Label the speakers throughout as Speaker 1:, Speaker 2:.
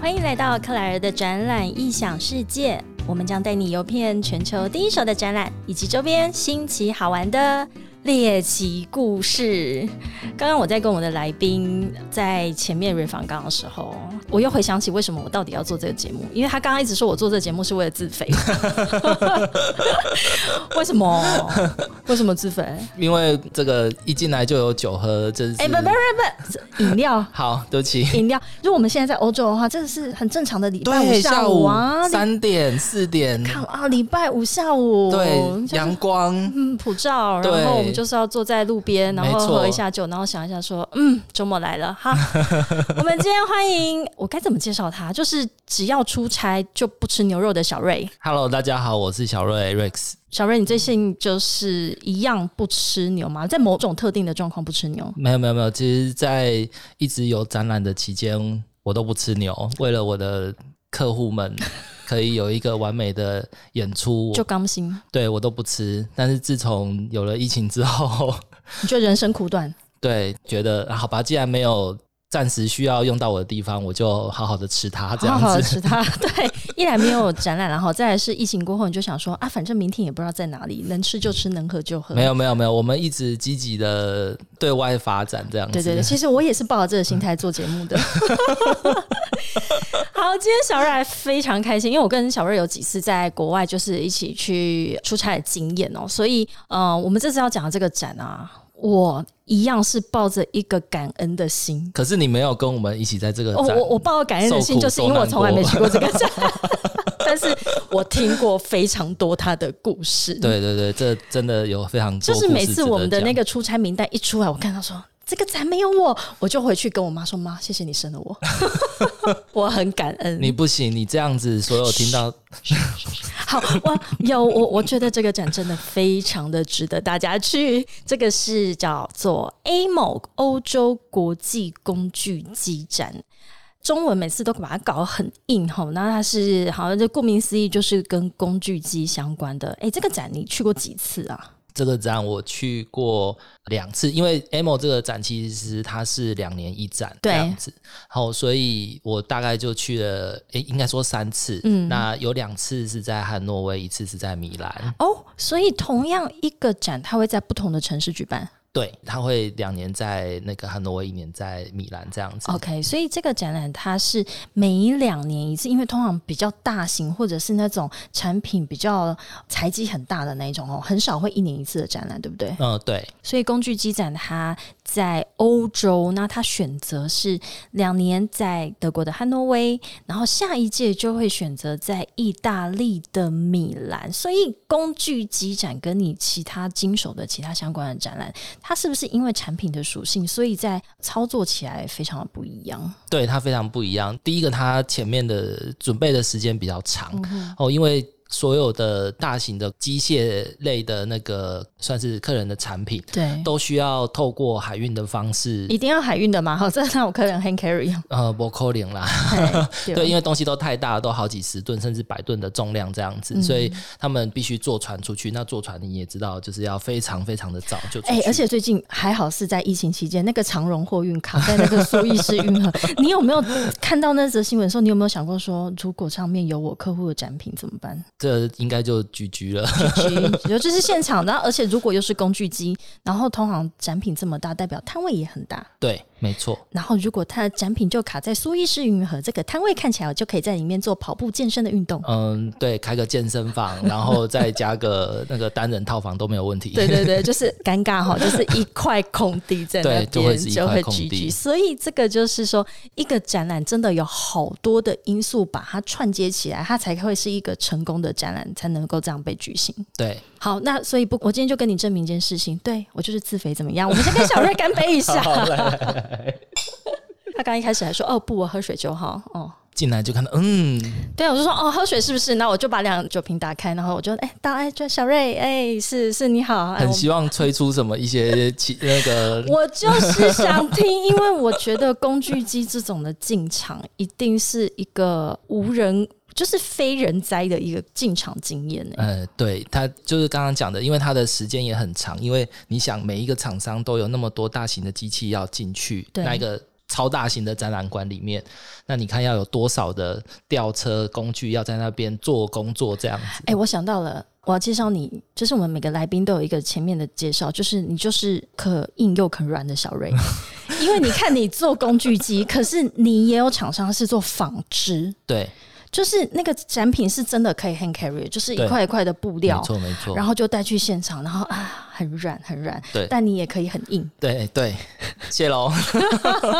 Speaker 1: 欢迎来到克莱尔的展览异想世界，我们将带你游遍全球第一手的展览以及周边新奇好玩的猎奇故事。刚刚我在跟我的来宾在前面 re 访纲的时候，我又回想起为什么我到底要做这个节目，因为他刚刚一直说我做这个节目是为了自 肥，为什么？为什么自肥？
Speaker 2: 因为这个一进来就有酒喝，这是
Speaker 1: 哎、不不不不，饮料。
Speaker 2: 好，对不起。
Speaker 1: 饮料，如果我们现在在欧洲的话，这是很正常的礼拜
Speaker 2: 对，
Speaker 1: 五
Speaker 2: 下
Speaker 1: 午
Speaker 2: 午
Speaker 1: 啊，
Speaker 2: 三点四点，
Speaker 1: 看啊，礼拜五下午，
Speaker 2: 对，
Speaker 1: 就是
Speaker 2: 阳光，
Speaker 1: 嗯普照，
Speaker 2: 对
Speaker 1: 然后我们就是要坐在路边，然后
Speaker 2: 没错
Speaker 1: 喝一下酒，然后想一下说，嗯，周末来了 哈。我们今天欢迎，我该怎么介绍他？就是只要出差就不吃牛肉的小瑞。
Speaker 2: Hello，大家好，我是小瑞 Rex。
Speaker 1: 小瑞，你最近就是一样不吃牛吗？在某种特定的状况不吃牛？
Speaker 2: 没有没有没有，其实，在一直有展览的期间，我都不吃牛，为了我的客户们 可以有一个完美的演出，
Speaker 1: 就刚心，
Speaker 2: 对我都不吃。但是自从有了疫情之后，
Speaker 1: 你觉得人生苦短，
Speaker 2: 对，觉得啊好吧，既然没有暂时需要用到我的地方，我就好好的吃它， 这
Speaker 1: 好
Speaker 2: 样子。
Speaker 1: 好地吃它。 对，一来没有展览，然后再来是疫情过后，你就想说啊，反正明天也不知道在哪里，能吃就吃，能喝就喝。
Speaker 2: 没有没有没有，我们一直积极的对外发展这样子。
Speaker 1: 对对对，其实我也是抱着这个 心态做节目的。 好，今天小瑞还非常开心，因为我跟小瑞有几次在国外就是一起去出差的经验哦，所以呃，我们这次要讲的这个展啊，我一样是抱着一个感恩的心。
Speaker 2: 可是你没有跟我们一起在这个
Speaker 1: 哦，
Speaker 2: 展，
Speaker 1: 我我抱着感恩的心，
Speaker 2: 受苦
Speaker 1: 就是因为
Speaker 2: 受
Speaker 1: 我
Speaker 2: 难
Speaker 1: 从来没去过这个 展，但是我听过非常多他的故事。
Speaker 2: 对对对，这真的有非常多
Speaker 1: 就
Speaker 2: 故事
Speaker 1: 是每次我们的
Speaker 2: 值得
Speaker 1: 那
Speaker 2: 讲
Speaker 1: 个出差名单一出来，我看到说这个展没有我，我就回去跟我妈说：“妈，谢谢你生了我，我很感恩。
Speaker 2: 你不行，你这样子所有听到
Speaker 1: 好，我有我，我觉得这个展真的非常的值得大家去。这个是叫做 AMO 欧洲国际工具机展。中文每次都把它搞得很硬吼，那它是好像就顾名思义就是跟工具机相关的。哎、这个展你去过几次啊？
Speaker 2: 这个展，我去过两次，因为 AMO 这个展其实它是两年一展这
Speaker 1: 对
Speaker 2: 样子，好，所以我大概就去了，诶、应该说三次，
Speaker 1: 嗯
Speaker 2: 那有两次是在汉诺威，一次是在米兰，
Speaker 1: 哦，所以同样一个展，它会在不同的城市举办。
Speaker 2: 对，它会两年在那个汉诺威，一年在米兰这样子。
Speaker 1: OK，所以这个展览它是每两年一次，因为通常比较大型或者是那种产品比较财积很大的那一种哦，很少会一年一次的展览，对不对？
Speaker 2: 嗯，对，
Speaker 1: 所以工具机展它在欧洲，那它选择是两年在德国的汉诺威，然后下一届就会选择在意大利的米兰。所以工具机展跟你其他经手的其他相关的展览，它是不是因为产品的属性，所以在操作起来非常的不一样？
Speaker 2: 对，它非常不一样。第一个，它前面的准备的时间比较长、
Speaker 1: 嗯
Speaker 2: 哦，因为所有的大型的机械类的那个算是客人的产品，
Speaker 1: 对，
Speaker 2: 都需要透过海运的方式，
Speaker 1: 一定要海运的嘛，好，这让我客人 hand carry 哦。
Speaker 2: 呃，不扣零啦，
Speaker 1: 嘿
Speaker 2: 对，因为东西都太大，都好几十吨甚至百吨的重量这样
Speaker 1: 嗯
Speaker 2: 子，所以他们必须坐船出去。那坐船你也知道，就是要非常非常的早就出去。
Speaker 1: 哎、而且最近还好是在疫情期间，那个长荣货运卡在那个苏伊士 运河，你有没有看到那则新闻？的时候，你有没有想过说，如果上面有我客户的展品怎么 办？
Speaker 2: 这应该就 GG 了。
Speaker 1: 尤其是现场，然后而且如果又是工具机，然后通常展品这么大，代表摊位也很大。
Speaker 2: 对，没错。
Speaker 1: 然后如果它的展品就卡在苏伊士运河这个摊位，看起来我就可以在里面做跑步健身的运动。
Speaker 2: 嗯，对，开个健身 房，然后再加个那个单人套房都没有问题。
Speaker 1: 对对对，就是尴尬哈，就是一块空地在那
Speaker 2: 对就会
Speaker 1: 边
Speaker 2: 是一
Speaker 1: 就
Speaker 2: 块
Speaker 1: 会
Speaker 2: 空
Speaker 1: 聚集，
Speaker 2: 地
Speaker 1: 所以这个就是说，一个展览真的有好多的因素把它串接起来，它才会是一个成功的展览，才能够这样被举行。
Speaker 2: 对
Speaker 1: 好，那所以不，我今天就跟你证明一件事情，对我就是自肥怎么样？我们先跟小瑞干杯一 下。他刚一开始还说：“哦不，我喝水就好。”哦，
Speaker 2: 进来就看到，嗯，
Speaker 1: 对，我就说哦，喝水是不是？那我就把两酒瓶打开，然后我就哎，大哎，就小瑞，哎，是是你好，哎，
Speaker 2: 很
Speaker 1: 我
Speaker 2: 希望吹出什么一些其那个
Speaker 1: 我就是想听，因为我觉得工具机这种的进场一定是一个无人，就是非人哉的一个进场经验欸呢、
Speaker 2: 呃，对，它就是刚刚讲的，因为它的时间也很长，因为你想每一个厂商都有那么多大型的机器要进去，
Speaker 1: 对
Speaker 2: 那一个超大型的展览馆里面，那你看要有多少的吊车工具要在那边做工作这样子？
Speaker 1: 哎、我想到了，我要介绍你，就是我们每个来宾都有一个前面的介绍，就是你就是可硬又可软的小 瑞，因为你看你做工具机，可是你也有厂商是做纺织，
Speaker 2: 对，
Speaker 1: 就是那个展品是真的可以 hand carry，就是一
Speaker 2: 对
Speaker 1: 块一块的布
Speaker 2: 没
Speaker 1: 料，
Speaker 2: 错没错，
Speaker 1: 然后就带去现场，然后啊，很软很软，
Speaker 2: 对
Speaker 1: 但你也可以很硬，
Speaker 2: 对对，谢喽。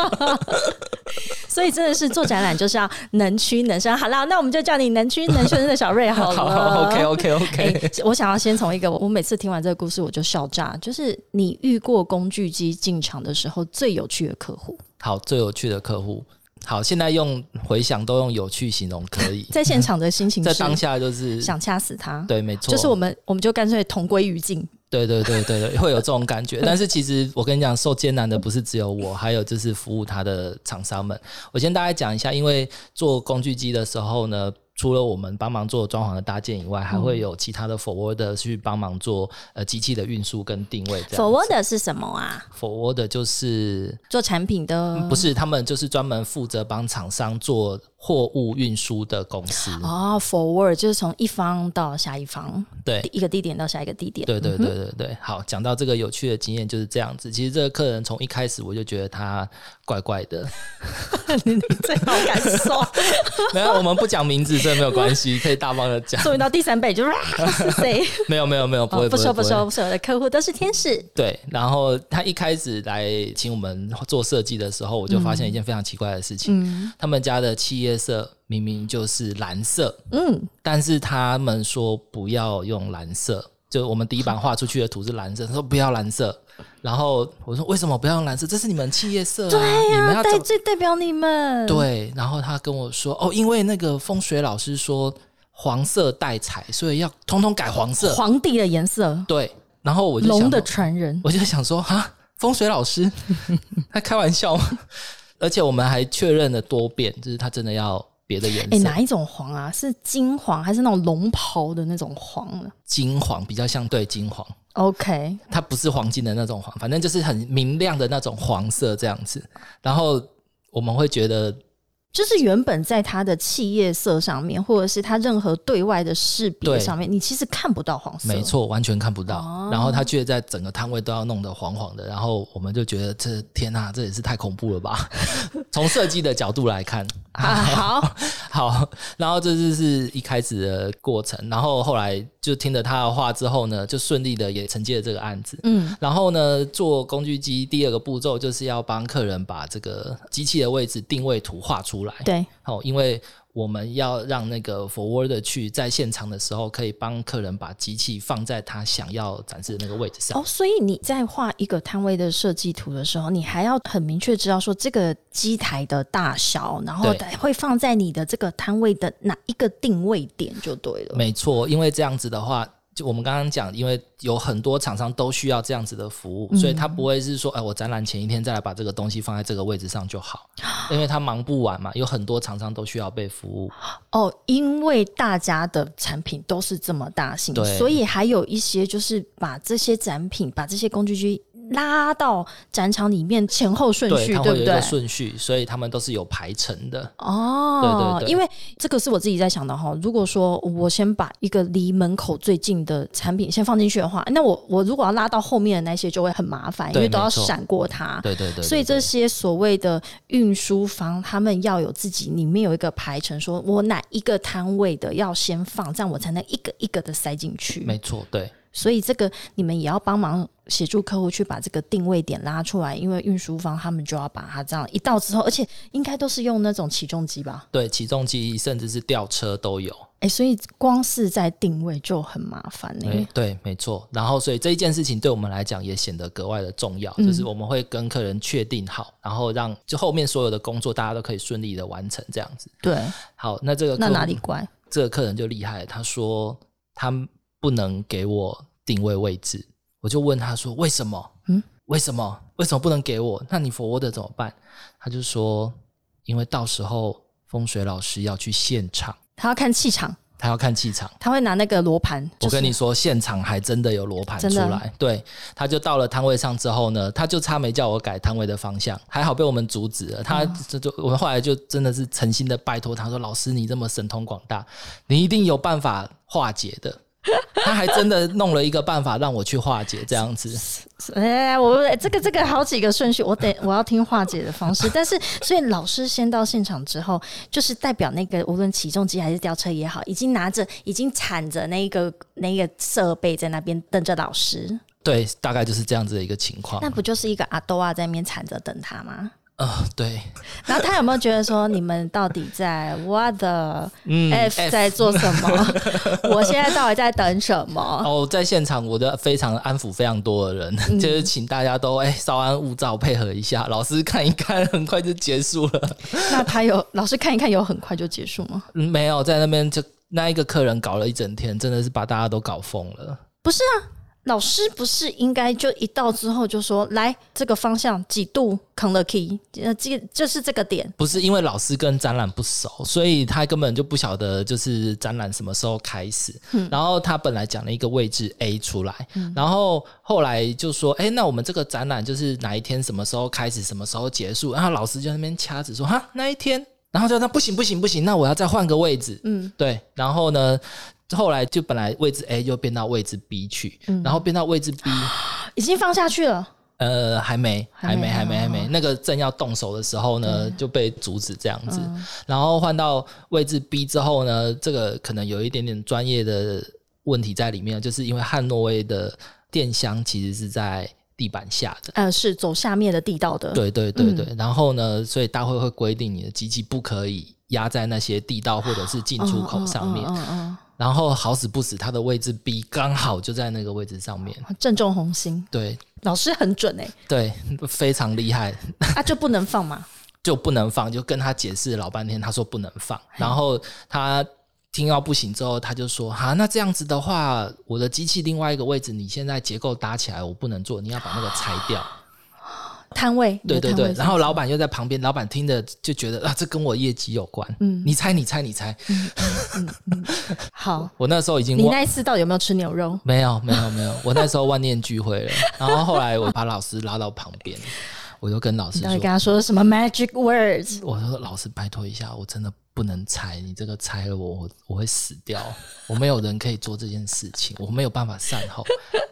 Speaker 1: 所以真的是做展览就是要能屈能伸。好啦，那我们就叫你能屈能伸的小瑞好了。
Speaker 2: ，OK OK
Speaker 1: 哎、
Speaker 2: OK，
Speaker 1: 我想要先从一个，我每次听完这个故事我就笑炸，就是你遇过工具机进场的时候最有趣的客户，
Speaker 2: 好，最有趣的客户。好，现在用回想都用有趣形容 可以，
Speaker 1: 在现场的心情
Speaker 2: 在
Speaker 1: 是
Speaker 2: 当下就是
Speaker 1: 想掐死他，
Speaker 2: 对，没错，
Speaker 1: 就是我们我们就干脆同归于尽。
Speaker 2: 对对对对对，会有这种 感觉。但是其实我跟你讲，受艰难的不是只有我，还有就是服务他的厂商们。我先大概讲一下，因为做工具机的时候呢。除了我们帮忙做装潢的搭建以外，还
Speaker 1: 嗯
Speaker 2: 会有其他的 forwarder 去帮忙做呃机器的运输跟定位这样。
Speaker 1: forward 是什么啊？
Speaker 2: forwarder 就是
Speaker 1: 做产品的、
Speaker 2: 嗯不是他们就是专门负责帮厂商做货物运输的公司。
Speaker 1: 哦，forward 就是从一方到下一方，
Speaker 2: 对，
Speaker 1: 一个地点到下一个地点。
Speaker 2: 对对对对对，好，讲到这个有趣的经验就是这样子。其实这个客人从一开始我就觉得他怪怪的，
Speaker 1: 你 最好感受。
Speaker 2: 没有，我们不讲名字，这没有关系，可以大方的讲。
Speaker 1: 终于到第三倍，就是啊，是谁？
Speaker 2: 没有没有没有，不会
Speaker 1: 哦不
Speaker 2: 会
Speaker 1: 说不
Speaker 2: 会
Speaker 1: 说，所有的客户都是天使。
Speaker 2: 对，然后他一开始来请我们做设计的时候，我就发现一件非常奇怪的事情，
Speaker 1: 嗯
Speaker 2: 他们家的企业色明明就是蓝色，
Speaker 1: 嗯，
Speaker 2: 但是他们说不要用蓝色，就我们底板画出去的图是蓝色，他说不要蓝色。然后我说为什么不要用蓝色？这是你们企业色、啊，
Speaker 1: 对
Speaker 2: 你们
Speaker 1: 呀，
Speaker 2: 要怎
Speaker 1: 代
Speaker 2: 么
Speaker 1: 最代表你们。，
Speaker 2: 对，啊然后他跟我说，哦，因为那个风水老师说黄色带财，所以要通通改黄色。
Speaker 1: 皇帝的颜色，
Speaker 2: 对，然后我就想
Speaker 1: 龙的
Speaker 2: 说
Speaker 1: 传人。
Speaker 2: 我就想说，哈，风水 老师他开玩笑吗？而且我们还确认了多遍，就是他真的要别的颜
Speaker 1: 哎，
Speaker 2: 色，
Speaker 1: 哪一种黄啊？是金黄还是那种龙袍的那种黄呢
Speaker 2: 金黄比较像对金黄，
Speaker 1: ？OK，
Speaker 2: 它不是黄金的那种黄，反正就是很明亮的那种黄色这样子。然后我们会觉得
Speaker 1: 就是原本在它的企业色上面，或者是它任何对外的识别
Speaker 2: 对
Speaker 1: 上面，你其实看不到黄色。
Speaker 2: 没错，完全看不到。
Speaker 1: 哦
Speaker 2: 然后他却在整个摊位都要弄得黄黄的，然后我们就觉得这天呐、这也是太恐怖了吧！ 从设计的角度来看，
Speaker 1: 啊。好，
Speaker 2: 好，然后这就是一开始的过程，然后后来就听了他的话之后呢，就顺利的也承接了这个案子。
Speaker 1: 嗯，
Speaker 2: 然后呢，做工具机第二个步骤就是要帮客人把这个机器的位置定位图画出来。
Speaker 1: 对，
Speaker 2: 哦，因为我们要让那个 forward 去在现场的时候，可以帮客人把机器放在他想要展示的那个位置上。
Speaker 1: 哦，所以你在画一个摊位的设计图的时候，你还要很明确知道说这个机台的大小，然后
Speaker 2: 对
Speaker 1: 会放在你的这个摊位的哪一个定位点就对了。
Speaker 2: 没错，因为这样子的话，就我们刚刚讲，因为有很多厂商都需要这样子的服
Speaker 1: 嗯
Speaker 2: 务，所以他不会是说，哎，我展览前一天再来把这个东西放在这个位置上就 好，因为他忙不完嘛，有很多厂商都需要被服务。
Speaker 1: 哦，因为大家的产品都是这么大型，
Speaker 2: 对
Speaker 1: 所以还有一些就是把这些展品、把这些工具机拉到展场里面前后顺序，
Speaker 2: 他
Speaker 1: 对
Speaker 2: 会有
Speaker 1: 不
Speaker 2: 一
Speaker 1: 对
Speaker 2: 个？顺序，所以他们都是有排程的。
Speaker 1: 哦，
Speaker 2: 对对对
Speaker 1: 因为这个是我自己在想的哈。如果说我先把一个离门口最近的产品先放进去的话，那我我如果要拉到后面的那些就会很麻烦，因
Speaker 2: 对
Speaker 1: 为都要
Speaker 2: 没错
Speaker 1: 闪过它。
Speaker 2: 对对对对
Speaker 1: 啊所以这些所谓的运输方，他们要有自己里面有一个排程，说我哪一个摊位的要先放，这样我才能一个一个的塞进去。
Speaker 2: 没错，对。
Speaker 1: 所以这个你们也要帮忙协助客户去把这个定位点拉出来，因为运输方他们就要把它这样一到之后，而且应该都是用那种起重机吧？
Speaker 2: 对，起重机甚至是吊车都有。
Speaker 1: 哎、所以光是在定位就很麻烦呢、
Speaker 2: 对对，没错。然后，所以这一件事情对我们来讲也显得格外的重要，
Speaker 1: 嗯
Speaker 2: 就是我们会跟客人确定好，然后让就后面所有的工作大家都可以顺利的完成这样子。
Speaker 1: 对，
Speaker 2: 好，那这个
Speaker 1: 那
Speaker 2: 客户
Speaker 1: 哪里？怪？
Speaker 2: 这个客人就厉害了，他说他不能给我定位位置，我就问他说为什么？
Speaker 1: 嗯
Speaker 2: 嗯，为什么？为什么不能给我？那你 forward 怎么办？他就说，因为到时候风水老师要去现场。
Speaker 1: 他要看气场
Speaker 2: 他要看气场。
Speaker 1: 他会拿那个罗盘，
Speaker 2: 我
Speaker 1: 就是
Speaker 2: 跟你说，现场还真的有罗盘
Speaker 1: 真
Speaker 2: 出
Speaker 1: 的
Speaker 2: 来。对，他就到了摊位上之后呢，他就差没叫我改摊位的方向，还好被我们阻止了。他
Speaker 1: 嗯
Speaker 2: 这就我们后来就真的是诚心的拜托他说：“老师，你这么神通广大，你一定有办法化解的。” 他还真的弄了一个办法让我去化解，这样 子。
Speaker 1: 哎、我这个这个好几个顺序，我得我要听化解的方式。但是，所以老师先到现场之后，就是代表那个无论起重机还是吊车也好，已经拿着已经铲着那个那个设备在那边等着老师，
Speaker 2: 对，大概就是这样子的一个情况。
Speaker 1: 那不就是一个阿多啊在那边铲着等他吗？
Speaker 2: 啊、对，
Speaker 1: 然后他有没有觉得说你们到底在 what the
Speaker 2: 嗯
Speaker 1: f 在做什 么？我现在到底在等什么？
Speaker 2: 哦，在现场我的非常安抚非常多的人， 就是请大家都哎稍安勿躁，配合一下，老师看一看，很快就结束了。
Speaker 1: 那他有老师看一看，有很快就结束吗？
Speaker 2: 嗯没有在那边就那一个客人搞了一整天，真的是把大家都搞疯了。
Speaker 1: 老师不是应该就一到之后就说来这个方向几度扛了 key，呃，这就是这个点。
Speaker 2: 不是因为老师跟展览不熟，所以他根本就不晓得就是展览什么时候开始。然后他本来讲了一个位置 A 出来，然后后哎来就说：“哎、那我们这个展览就是哪一天什么时候开始，什么时候结束？”然后老师就在那边掐指说：“哈，那一天。”然后就那不行不行不行，那我要再换个位置。
Speaker 1: 嗯，
Speaker 2: 对，然后呢？后来就本来位置 A 又变到位置 B 去，然后变到位置 B，
Speaker 1: 已经放下去了。
Speaker 2: 呃，还没，
Speaker 1: 还
Speaker 2: 还
Speaker 1: 没
Speaker 2: 没，还没，
Speaker 1: 哦
Speaker 2: 还没。那个正要动手的时候呢，就被阻止这样子。
Speaker 1: 嗯
Speaker 2: 然后换到位置 B 之后呢，这个可能有一点点专业的问题在里面，就是因为汉诺威的电箱其实是在地板下的。
Speaker 1: 呃，是走下面的地道的。，
Speaker 2: 对对对对，
Speaker 1: 嗯
Speaker 2: 然后呢，所以大会会规定你的机器不可以压在那些地道或者是进出口上面。
Speaker 1: 嗯嗯
Speaker 2: 然后好死不死，它的位置 B 刚好就在那个位置上面。
Speaker 1: 嗯，正中红心。
Speaker 2: 对
Speaker 1: 老师很准 哎、
Speaker 2: 对，非常厉害。
Speaker 1: 啊就不能放嘛。
Speaker 2: 就不能放，就跟他解释老半天，他说不能放，然后他听到不行之后，他就说：“哈，那这样子的话，我的机器另外一个位置，你现在结构搭起来，我不能做，你要把那个拆掉。
Speaker 1: 啊摊位，”你
Speaker 2: 对
Speaker 1: 的
Speaker 2: 对
Speaker 1: 摊位
Speaker 2: 对，
Speaker 1: 是
Speaker 2: 然后老板又在旁边，老板听着就觉得啊，这跟我业绩有关。嗯，你猜，你猜，你猜，
Speaker 1: 好，
Speaker 2: 我那时候已经
Speaker 1: 你
Speaker 2: 忘
Speaker 1: 那一次到底有没有吃牛肉？
Speaker 2: 没有没有没有，我那时候万念俱灰了。然后后来我把老师拉到旁边，我就跟老师
Speaker 1: 你到
Speaker 2: 说
Speaker 1: 底跟他说什么 magic words？：“
Speaker 2: 我说老师，拜托一下，我真的不能拆，你这个拆了我，我我会死掉，我没有人可以做这件事情，我没有办法善后。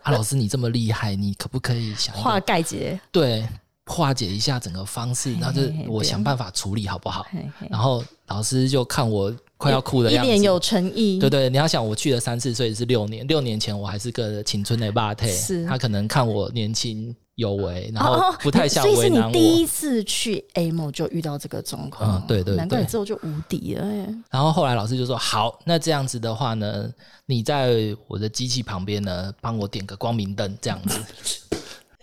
Speaker 2: 啊，老师你这么厉害，你可不可以想一
Speaker 1: 化
Speaker 2: 个
Speaker 1: 盖结。
Speaker 2: 对化解一下整个方式？然后就
Speaker 1: 嘿嘿嘿
Speaker 2: 我
Speaker 1: 对
Speaker 2: 想办法处理好不好？
Speaker 1: 嘿嘿
Speaker 2: 然后老师就看我快要哭的
Speaker 1: 一
Speaker 2: 样
Speaker 1: 脸
Speaker 2: 子。
Speaker 1: 有诚意。
Speaker 2: 对对，你要想，我去了三次，所以是六年。六年前我还是个青春的霸退
Speaker 1: 是，
Speaker 2: 他可能看我年轻有为，然
Speaker 1: 哦
Speaker 2: 后
Speaker 1: 哦
Speaker 2: 不太想
Speaker 1: 所以是
Speaker 2: 为
Speaker 1: 你
Speaker 2: 难我。
Speaker 1: 第一次去 A 某就遇到这个状况，
Speaker 2: 嗯对对
Speaker 1: 难怪你
Speaker 2: 对
Speaker 1: 之后就无敌了哎耶。
Speaker 2: 然后后来老师就说：“好，那这样子的话呢，你在我的机器旁边呢，帮我点个光明灯，这样子，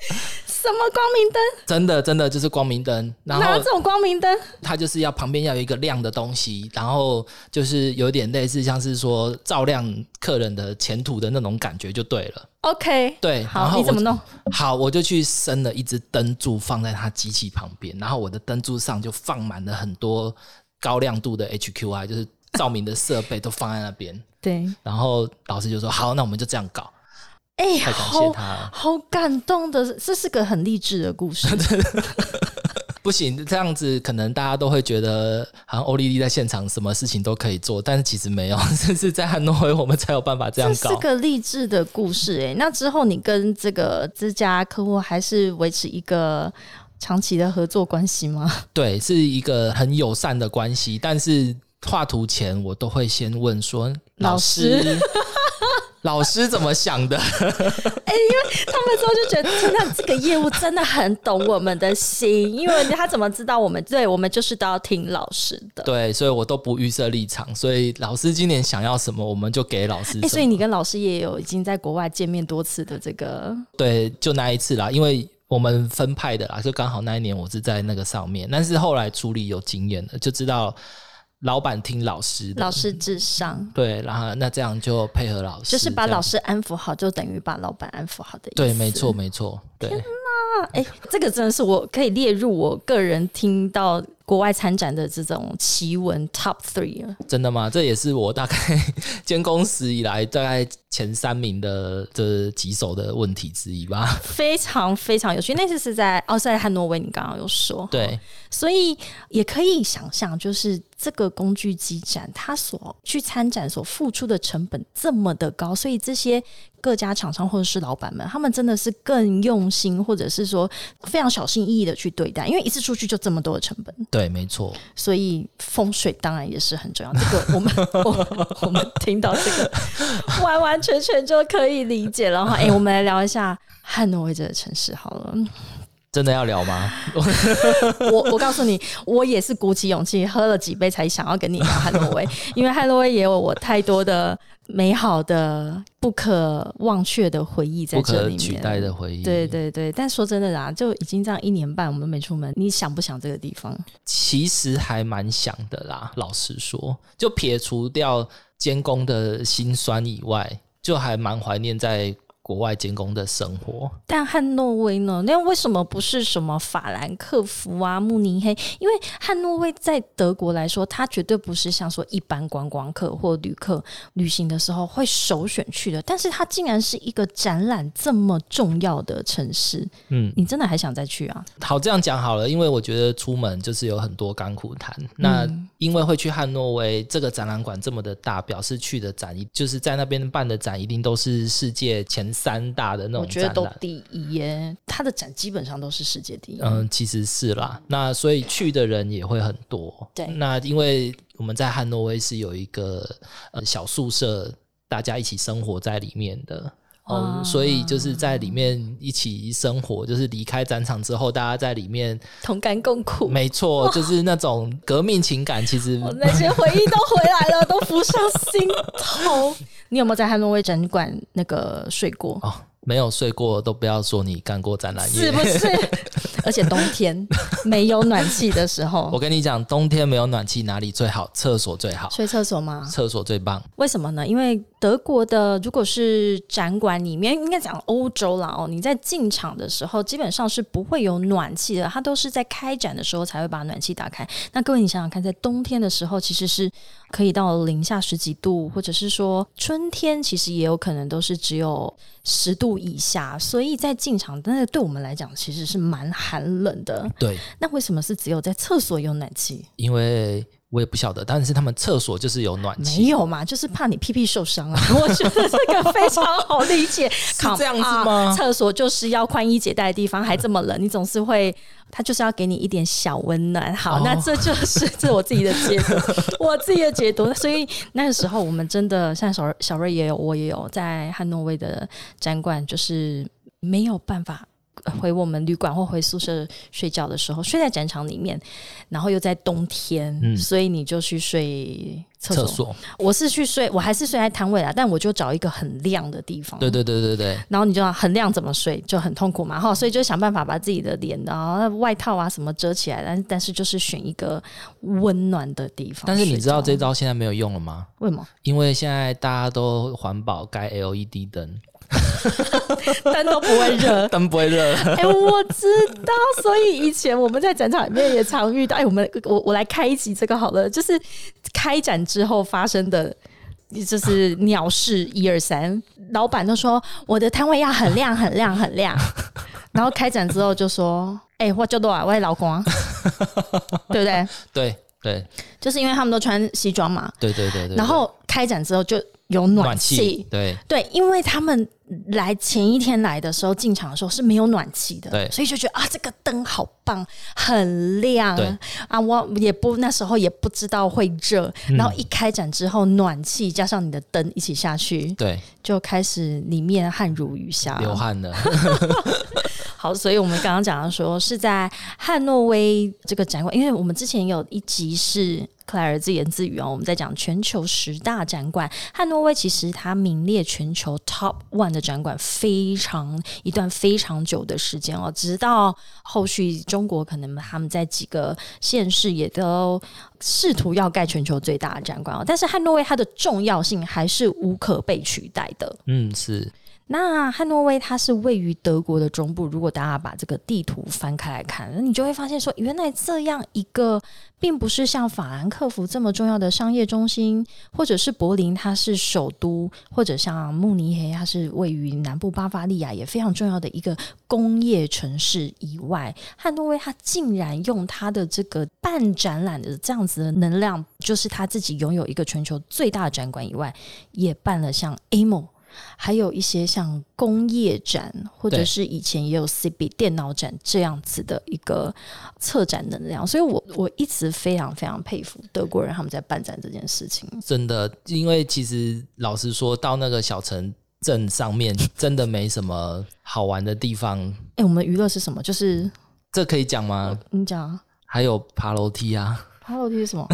Speaker 1: 什么光明灯？
Speaker 2: 真的真的就是光明灯。然
Speaker 1: 哪有
Speaker 2: 后
Speaker 1: 这种光明灯？
Speaker 2: 它就是要旁边要有一个亮的东西，然后就是有点类似像是说照亮客人的前途的那种感觉就对了。
Speaker 1: OK，
Speaker 2: 对，然
Speaker 1: 好，
Speaker 2: 后
Speaker 1: 你
Speaker 2: 我
Speaker 1: 怎么弄？
Speaker 2: 好，我就去生了一支灯柱放在它机器旁边，然后我的灯柱上就放满了很多高亮度的 HQI，就是照明的设备都放在那边。”
Speaker 1: 对，
Speaker 2: 然后老师就说：“好，那我们就这样搞。
Speaker 1: 哎、”
Speaker 2: 太感谢
Speaker 1: 好
Speaker 2: 他了。
Speaker 1: 好感动的，这是个很励志的 故事。
Speaker 2: 不行，这样子可能大家都会觉得，好像欧丽丽在现场什么事情都可以做，但是其实没有， 这是在汉诺威我们才有办法这样
Speaker 1: 这是
Speaker 2: 搞。
Speaker 1: 个励志的故事哎、那之后你跟这个这家客户还是维持一个长期的合作关系吗？
Speaker 2: 对，是一个很友善的关系，但是画图前我都会先问说：“
Speaker 1: 老
Speaker 2: 老
Speaker 1: 师
Speaker 2: 师， 老师怎么想的
Speaker 1: 他们之后就觉得，天哪，这个业务真的很懂我们的心，因为他怎么知道我们？对我们就是都要听老师？”的。
Speaker 2: 对，所以我都不预设立场，所以老师今年想要什么，我们就给老师
Speaker 1: 哎、
Speaker 2: 什
Speaker 1: 所
Speaker 2: 么
Speaker 1: 以。你跟老师也有已经在国外见面多次的这个，
Speaker 2: 对，就那一次啦，因为我们分派的啦，就刚好那一年我是在那个上面，但是后来处理有经验的，就知道老板听老师的，
Speaker 1: 老师至上，
Speaker 2: 对，然后那这样就配合老师，
Speaker 1: 就是把老
Speaker 2: 师
Speaker 1: 师安抚好，就等于把老板安抚好的意思。
Speaker 2: 对，没错，没错，对，
Speaker 1: 啊。哎、这个真的是我可以列入我个人听到国外参展的这种奇闻 Top Three 了。
Speaker 2: 真的吗？这也是我大概 监工史以来大概前三名的这几首的问题之一吧。
Speaker 1: 非常非常有趣。那次是在奥赛和挪威，你刚刚有说，
Speaker 2: 对，
Speaker 1: 所以也可以想象，就是这个工具机展，它所去参展所付出的成本这么的高，所以这些各家厂商或者是老板们，他们真的是更用心，或者是说非常小心翼翼的去对待，因为一次出去就这么多的成本，
Speaker 2: 对，没错。
Speaker 1: 所以风水当然也是很重要。这个我们我 我们听到这个， 完完全全就可以理解了哈。哎、我们来聊一下汉诺威这个城市好了。
Speaker 2: 真的要聊吗？
Speaker 1: 我我告诉你，我也是鼓起勇气喝了几杯才想要跟你聊汉诺威，因为汉诺威也有我太多的美好的、不可忘却的回忆在
Speaker 2: 不
Speaker 1: 这
Speaker 2: 可
Speaker 1: 里面。
Speaker 2: 取代的回忆。
Speaker 1: 对对对，但说真的啦，就已经这样一年半，我们没出门，你想不想这个地方？
Speaker 2: 其实还蛮想的啦，老实说，就撇除掉监工的辛酸以外，就还蛮怀念在国外监工的生活。
Speaker 1: 但汉诺威呢？那为什么不是什么法兰克福啊、慕尼黑？因为汉诺威在德国来说，它绝对不是像说一般观光客或旅客旅行的时候会首选去的。但是它竟然是一个展览这么重要的城市，
Speaker 2: 嗯，
Speaker 1: 你真的还想再去啊？
Speaker 2: 好，这样讲好了，因为我觉得出门就是有很多甘苦
Speaker 1: 嗯
Speaker 2: 谈。那因为会去汉诺威这个展览馆这么的大，表示去的展就是在那边办的展，一定都是世界前三大的那
Speaker 1: 我
Speaker 2: 种
Speaker 1: 觉得
Speaker 2: 展
Speaker 1: 都
Speaker 2: 览。
Speaker 1: 第一耶，它的展基本上都是世界第一。
Speaker 2: 嗯，其实是啦。那所以去的人也会很多。
Speaker 1: 对
Speaker 2: 那因为我们在汉诺威是有一个呃小宿舍，大家一起生活在里面的。哦
Speaker 1: 哇，
Speaker 2: 所以就是在里面一起生活，就是离开展场之后，大家在里面，
Speaker 1: 同甘共苦。
Speaker 2: 没错，就是那种革命情感，其实
Speaker 1: 我那些回忆都回来了，都浮上心头。 你有没有在汉诺威展馆那个睡过？
Speaker 2: 哦，没有睡过都不要说你干过展览业。
Speaker 1: 是不是？而且冬天没有暖气的时
Speaker 2: 我
Speaker 1: 候，
Speaker 2: 跟你讲，冬天没有暖气哪里最好？厕所最好，
Speaker 1: 睡厕所吗？
Speaker 2: 厕所最棒。
Speaker 1: 为什么呢？因为德国的如果是展馆里面，应该讲欧洲啦哦，你在进场的时候基本上是不会有暖气的，它都是在开展的时候才会把暖气打开。那各位你想想看，在冬天的时候其实是可以到零下十几度，或者是说春天其实也有可能都是只有十度以下，所以在进场，但是对我们来讲其实是蛮寒冷的。
Speaker 2: 对，
Speaker 1: 那为什么是只有在厕所有暖气？
Speaker 2: 因为我也不晓得，但是他们厕所就是有暖气
Speaker 1: 没。有嘛，就是怕你屁屁受伤啊！ 我觉得这个非常好理 解，是
Speaker 2: 这样子吗
Speaker 1: 厕所就是要宽衣解带的地方，还这么冷，你总是会，它就是要给你一点小温暖。好，
Speaker 2: 哦
Speaker 1: 那这就是这是我自己的解读， 我自己的解读。所以那个时候，我们真的像小小瑞也有，我也有在汉诺威的展馆，就是没有办法。呃回我们旅馆或回宿舍睡觉的时候，睡在展场里面，然后又在冬天，
Speaker 2: 嗯
Speaker 1: 所以你就去睡厕所。
Speaker 2: 厕所，
Speaker 1: 我是去睡，我还是睡在摊位啦，但我就找一个很亮的地方。
Speaker 2: 对对对对对，
Speaker 1: 然后你就要很亮，怎么睡就很痛苦嘛，哈，所以就想办法把自己的脸啊、外套啊什么遮起来，但但是就是选一个温暖的地方。
Speaker 2: 但是你知道这
Speaker 1: 睡觉
Speaker 2: 招现在没有用了吗？
Speaker 1: 为什么？
Speaker 2: 因为现在大家都环保，该 LED 灯，。
Speaker 1: 灯都不会热
Speaker 2: 灯不会热。
Speaker 1: 哎、我知道，所以以前我们在展场里面也常遇到。哎、我们我我来开一集这个好了，就是开展之后发生的。就是鸟事一二三，老板都说我的摊位要很亮很亮很亮，然后开展之后就说，哎、我叫多少我的老公啊，对不对？
Speaker 2: 对对
Speaker 1: 就是因为他们都穿西装嘛，
Speaker 2: 对对对对。
Speaker 1: 然后开展之后就有
Speaker 2: 对
Speaker 1: 暖
Speaker 2: 暖
Speaker 1: 气，
Speaker 2: 对
Speaker 1: 对，因为他们来前一天来的时候进场的时候是没有暖气的，
Speaker 2: 对
Speaker 1: 所以就觉得啊，这个灯好棒，很亮
Speaker 2: 对
Speaker 1: 啊！我也不那时候也不知道会热，
Speaker 2: 嗯
Speaker 1: 然后一开展之后，暖气加上你的灯一起下去，
Speaker 2: 对，
Speaker 1: 就开始里面汗如雨下。
Speaker 2: 流汗了。
Speaker 1: 好，所以我们刚刚讲到说是在汉诺威这个展馆，因为我们之前有一集是。克莱尔自言自语哦，我们在讲全球十大展馆，汉诺威其实它名列全球 Top One 的展馆非常一段非常久的时间哦，直到后续中国可能他们在几个县市也都试图要盖全球最大的展馆哦，但是汉诺威它的重要性还是无可被取代的。
Speaker 2: 嗯，是
Speaker 1: 那汉诺威它是位于德国的中部，如果大家把这个地图翻开来看，你就会发现说，原来这样一个并不是像法兰克福这么重要的商业中心，或者是柏林它是首都，或者像慕尼黑它是位于南部巴伐利亚也非常重要的一个工业城市以外，汉诺威它竟然用它的这个半展览的这样子的能量，就是它自己拥有一个全球最大的展馆以外，也办了像 AMO。还有一些像工业展，或者
Speaker 2: 对
Speaker 1: 是以前也有 CB 电脑展这样子的一个策展能量，所以我我一直非常非常佩服德国人他们在办展这件事情。
Speaker 2: 真的，因为其实老实说，到那个小城镇上面， 真的没什么好玩的地方。
Speaker 1: 哎、我们娱乐是什么？就是
Speaker 2: 这可以讲吗？
Speaker 1: 你讲啊
Speaker 2: 还有爬楼梯啊，
Speaker 1: 爬楼梯是什 么？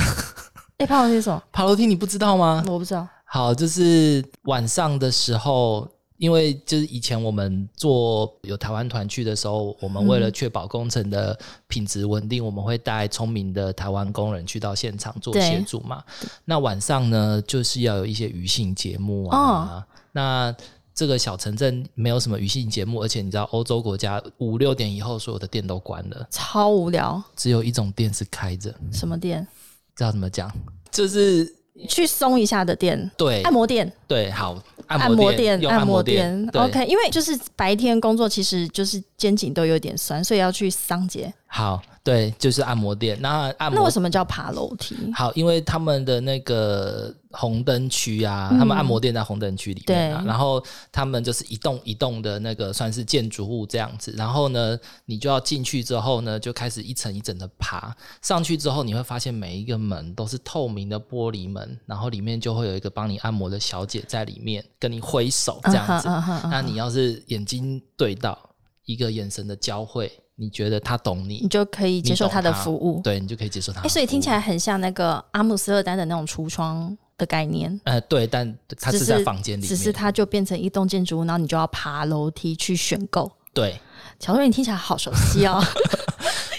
Speaker 1: 哎、爬楼梯是什么？
Speaker 2: 爬楼梯你不知道吗？
Speaker 1: 我不知道。
Speaker 2: 好，就是晚上的时候，因为就是以前我们做有台湾团去的时候，我们
Speaker 1: 嗯
Speaker 2: 为了确保工程的品质稳定，我们会带聪明的台湾工人去到现场做
Speaker 1: 对
Speaker 2: 协助嘛。那晚上呢，就是要有一些娱性节目
Speaker 1: 哦
Speaker 2: 啊。那这个小城镇没有什么娱性节目，而且你知道，欧洲国家五六点以后所有的店都关了，
Speaker 1: 超无聊，
Speaker 2: 只有一种店是开着，
Speaker 1: 什么店？
Speaker 2: 知道怎么讲？就是
Speaker 1: 去松一下的店，
Speaker 2: 对
Speaker 1: 按摩店，
Speaker 2: 对，好，
Speaker 1: 按
Speaker 2: 按摩店，用
Speaker 1: 按
Speaker 2: 摩
Speaker 1: 摩店。
Speaker 2: 对
Speaker 1: OK，因为就是白天工作，其实就是肩颈都有点酸，所以要去桑杰。
Speaker 2: 好，对，就是按摩店。那
Speaker 1: 那
Speaker 2: 按摩
Speaker 1: 为什么叫爬楼梯？
Speaker 2: 好，因为他们的那个红灯区啊，他们按摩店在红灯区里面啊，
Speaker 1: 嗯对
Speaker 2: 然后他们就是一栋一栋的那个算是建筑物这样子，然后呢，你就要进去之后呢，就开始一层一层的爬上去之后，你会发现每一个门都是透明的玻璃门，然后里面就会有一个帮你按摩的小姐在里面跟你挥手这样子，
Speaker 1: 嗯哼嗯哼嗯哼
Speaker 2: 那你要是眼睛对到一个眼神的交汇，你觉得他懂你
Speaker 1: 你，就可以接受他的服务。
Speaker 2: 对你就可以接受他
Speaker 1: 哎、
Speaker 2: 的服务。
Speaker 1: 所以听起来很像那个阿姆斯特丹的那种橱窗的概念，
Speaker 2: 呃，对，但它
Speaker 1: 只
Speaker 2: 是在房间里面，
Speaker 1: 只是它就变成一栋建筑物，然后你就要爬楼梯去选购。
Speaker 2: 对
Speaker 1: 小瑞，你听起来好熟悉 哦，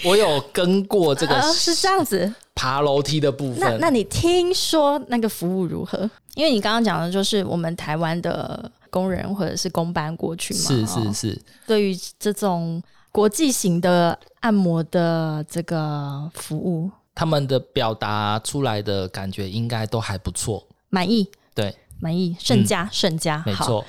Speaker 2: 我有跟 过这个
Speaker 1: 呃是这样子。
Speaker 2: 爬楼梯的部
Speaker 1: 那
Speaker 2: 分。
Speaker 1: 那你听说那个服务如何？因为你刚刚讲的就是我们台湾的工人或者是工班过去嘛，
Speaker 2: 是
Speaker 1: 哦
Speaker 2: 是是，
Speaker 1: 对于这种国际型的按摩的这个服务
Speaker 2: 他们的表达出来的感觉应该都还不错。
Speaker 1: 满意。
Speaker 2: 对，嗯
Speaker 1: 满意，盛家，盛家，
Speaker 2: 没
Speaker 1: 好。
Speaker 2: 错，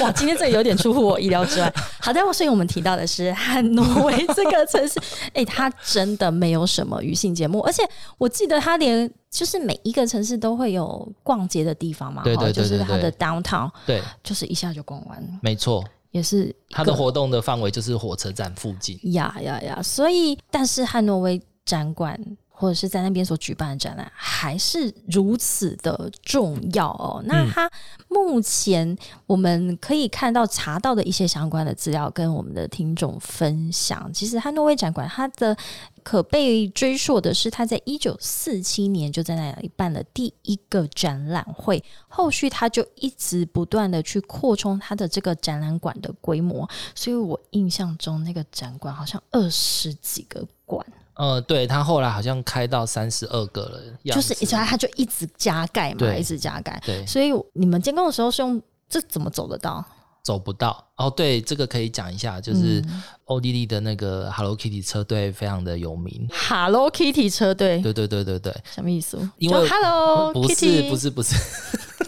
Speaker 1: 哇，今天这有点出乎我意料之 外。好的，所以我们提到的是汉诺威这个城 市，哎、它真的没有什么娱性节目，而且我记得它连就是每一个城市都会有逛街的地方嘛，
Speaker 2: 对
Speaker 1: 哈
Speaker 2: 对对
Speaker 1: 就是
Speaker 2: 对
Speaker 1: 它的
Speaker 2: 对
Speaker 1: downtown，
Speaker 2: 对，
Speaker 1: 就是一下就逛完了，
Speaker 2: 没错。
Speaker 1: 也是
Speaker 2: 它的活动的范围就是火车站附近。
Speaker 1: 呀呀呀！所以，但是汉诺威展馆或者是在那边所举办的展览还是如此的重要哦。那它目前我们可以看到查到的一些相关的资料，跟我们的听众分享。其实汉诺威展馆它的可被追溯的是，它在一九四七年就在那里办了第一个展览会，后续它就一直不断的去扩充它的这个展览馆的规模，所以我印象中那个展馆好像二十几个馆，
Speaker 2: 呃，对，它后来好像开到三十二个了样
Speaker 1: 就
Speaker 2: 子，
Speaker 1: 是一直它就一直加盖嘛，
Speaker 2: 对
Speaker 1: 一直加盖。
Speaker 2: 对
Speaker 1: 所以你们监控的时候是用这怎么走得到？
Speaker 2: 走不到。哦，对，这个可以讲一下，就是
Speaker 1: 嗯
Speaker 2: 奥地利的那个 Hello Kitty 车队非常的有名。
Speaker 1: Hello Kitty 车队
Speaker 2: 嗯对对对对对，
Speaker 1: 什么意思？
Speaker 2: 因为
Speaker 1: 就 Hello
Speaker 2: 不
Speaker 1: 哦 Kitty，
Speaker 2: 是不，是不是，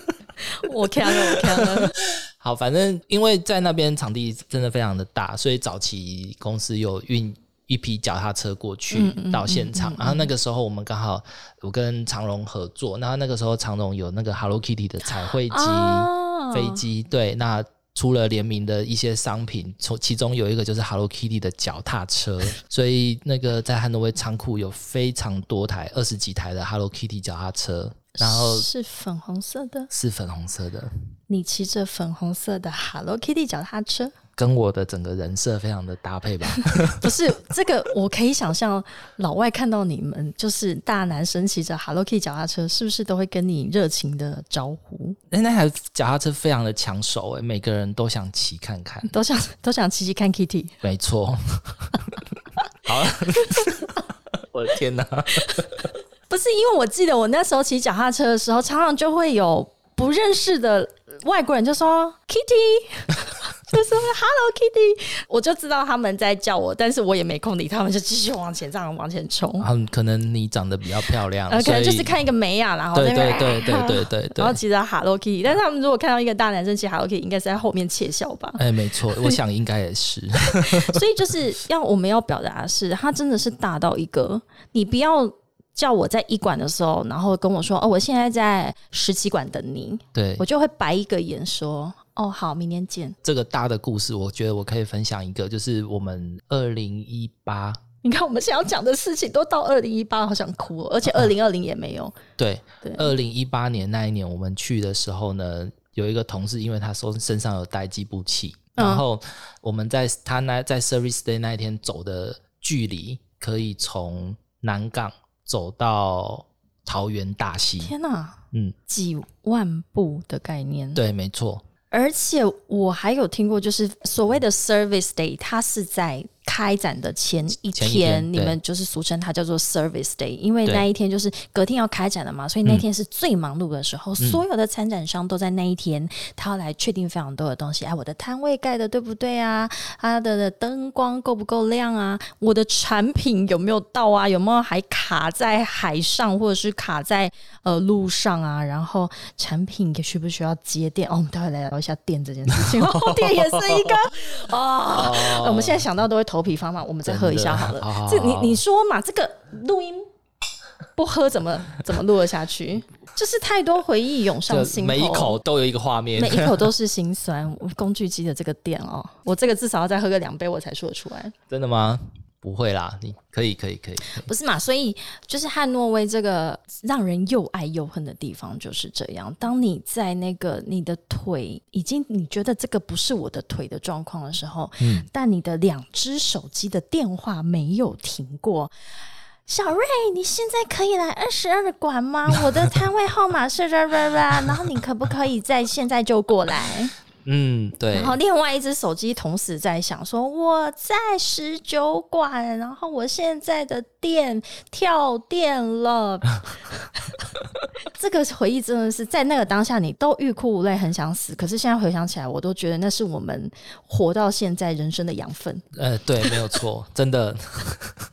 Speaker 1: 我看了我看了，
Speaker 2: 好，反正因为在那边场地真的非常的大，所以早期公司有运一批脚踏车过去到现场，然后那个时候我们刚好我跟长荣合作，然后那个时候长荣有那个 Hello Kitty 的彩绘机、
Speaker 1: 啊
Speaker 2: 飞机，对，那。出了联名的一些商品，从其中有一个就是 Hello Kitty 的脚踏车，所以那个在汉诺威仓库有非常多台，二十几台的 Hello Kitty 脚踏车，然后
Speaker 1: 是粉红色的，
Speaker 2: 是粉红色的，
Speaker 1: 你骑着粉红色的 Hello Kitty 脚踏车，
Speaker 2: 跟我的整个人设非常的搭配吧。
Speaker 1: 不是这个，我可以想象老外看到你们就是大男生骑着 Hello Kitty 脚踏车，是不是都会跟你热情的招呼，
Speaker 2: 哎、那台脚踏车非常的抢手哎、每个人都想骑看看。
Speaker 1: 都想都想骑骑看 Kitty？
Speaker 2: 没错。 好 了，我的天哪！
Speaker 1: 不是因为我记得我那时候骑脚踏车的时候，常常就会有不认识的外国人就说 Kitty，就 说 Hello Kitty，我就知道他们在叫我，但是我也没空理他们，就继续往前这样往前冲。
Speaker 2: 嗯，可能你长得比较漂亮，
Speaker 1: 呃，可能
Speaker 2: 所
Speaker 1: 就
Speaker 2: 以
Speaker 1: 是看一个美亚，然后
Speaker 2: 对
Speaker 1: 在那边
Speaker 2: 对对对对 对
Speaker 1: 然后
Speaker 2: 对。。
Speaker 1: 骑着 Hello Kitty，但是他们如果看到一个大男生骑 Hello Kitty，应该是在后面窃笑吧
Speaker 2: 哎，没 错，我想应该也是。
Speaker 1: 所以就是要我们要表达的是，他真的是大到一个，你不要叫我在一馆的时候，然后跟我说哦，我现在在十七馆等你，
Speaker 2: 对
Speaker 1: 我，就会白一个眼说哦，好，明天见。
Speaker 2: 这个大的故事，我觉得我可以分享一个，就是我们二零一八，
Speaker 1: 你看我们想要讲的事情都到二零一八，好想哭、哦，而且二零二零也没有。
Speaker 2: 对
Speaker 1: 对，
Speaker 2: 二零一八年那一年我们去的时候呢，有一个同事，因为他说身上有带计步器，
Speaker 1: 嗯
Speaker 2: 然后我们在他那在 service day 那一天走的距离，可以从南港走到桃园大溪，
Speaker 1: 天哪，
Speaker 2: 嗯，
Speaker 1: 几万步的概念。
Speaker 2: 对，没错，
Speaker 1: 而且我还有听过，就是所谓的 Service Day，它是在开展的前一天，
Speaker 2: 前一天
Speaker 1: 你
Speaker 2: 对
Speaker 1: 们就是俗称它叫做 Service Day，因为
Speaker 2: 对
Speaker 1: 那一天就是隔天要开展了嘛，所以那天是最忙碌的时
Speaker 2: 嗯
Speaker 1: 候，所有的参展商都在那一天，他要来确定非常多的东西，哎、我的摊位盖的对不对啊？它的灯光够不够亮啊？我的产品有没有到啊？有没有还卡在海上，或者是卡在呃路上啊？然后产品也需不需要接电？哦，我们待会来聊一下电这件事 情。哦，电也是一个啊、我们现在想到都会头皮发麻。我们再喝一下好了。
Speaker 2: 哦真的哦好好
Speaker 1: 这你
Speaker 2: 好
Speaker 1: 你说嘛，这个录音不喝怎么怎么录得下去？就是太多回忆涌上
Speaker 2: 就
Speaker 1: 心头，
Speaker 2: 每一口都有一个画面
Speaker 1: 每。一口都是心酸。我工具机的这个店 哦，我这个至少要再喝个两杯我才说得出来，
Speaker 2: 真的吗？不会啦，你可以，可以，可以。可以
Speaker 1: 不是嘛？所以就是汉诺威这个让人又爱又恨的地方就是这样。当你在那个你的腿已经你觉得这个不是我的腿的状况的时候，但你的两只手机的电话没有停过。小瑞，你现在可以来二十二馆吗？我的摊位号码是 ra ra ra，然后你可不可以在现在就过来？
Speaker 2: 嗯，对
Speaker 1: 然，后另外一只手机同时在想说我在十九馆，然后我现在的店跳电了。这个回忆真的是在那个当下，你都欲哭无泪，很想死。可是现在回想起来，我都觉得那是我们活到现在人生的养分。
Speaker 2: 呃，对，没有错，真的，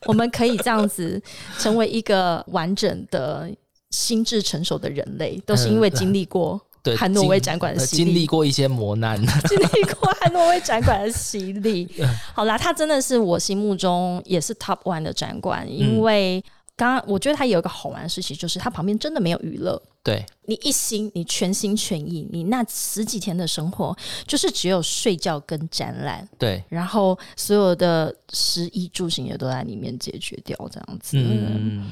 Speaker 1: 我们可以这样子成为一个完整的心智成熟的人类，都是因为经历过
Speaker 2: 对。
Speaker 1: 韩诺威
Speaker 2: 经
Speaker 1: 展馆的
Speaker 2: 呃
Speaker 1: 洗礼
Speaker 2: 经历过一些磨难，
Speaker 1: 经历过汉诺威展馆的洗礼。好啦，它真的是我心目中也是 top one 的展馆，因为刚刚我觉得它有一个好玩的事情，就是它旁边真的没有娱乐。
Speaker 2: 对，
Speaker 1: 你一心，你全心全意，你那十几天的生活就是只有睡觉跟展览，
Speaker 2: 对，
Speaker 1: 然后所有的食衣住行也都在里面解决掉，这样子。
Speaker 2: 嗯，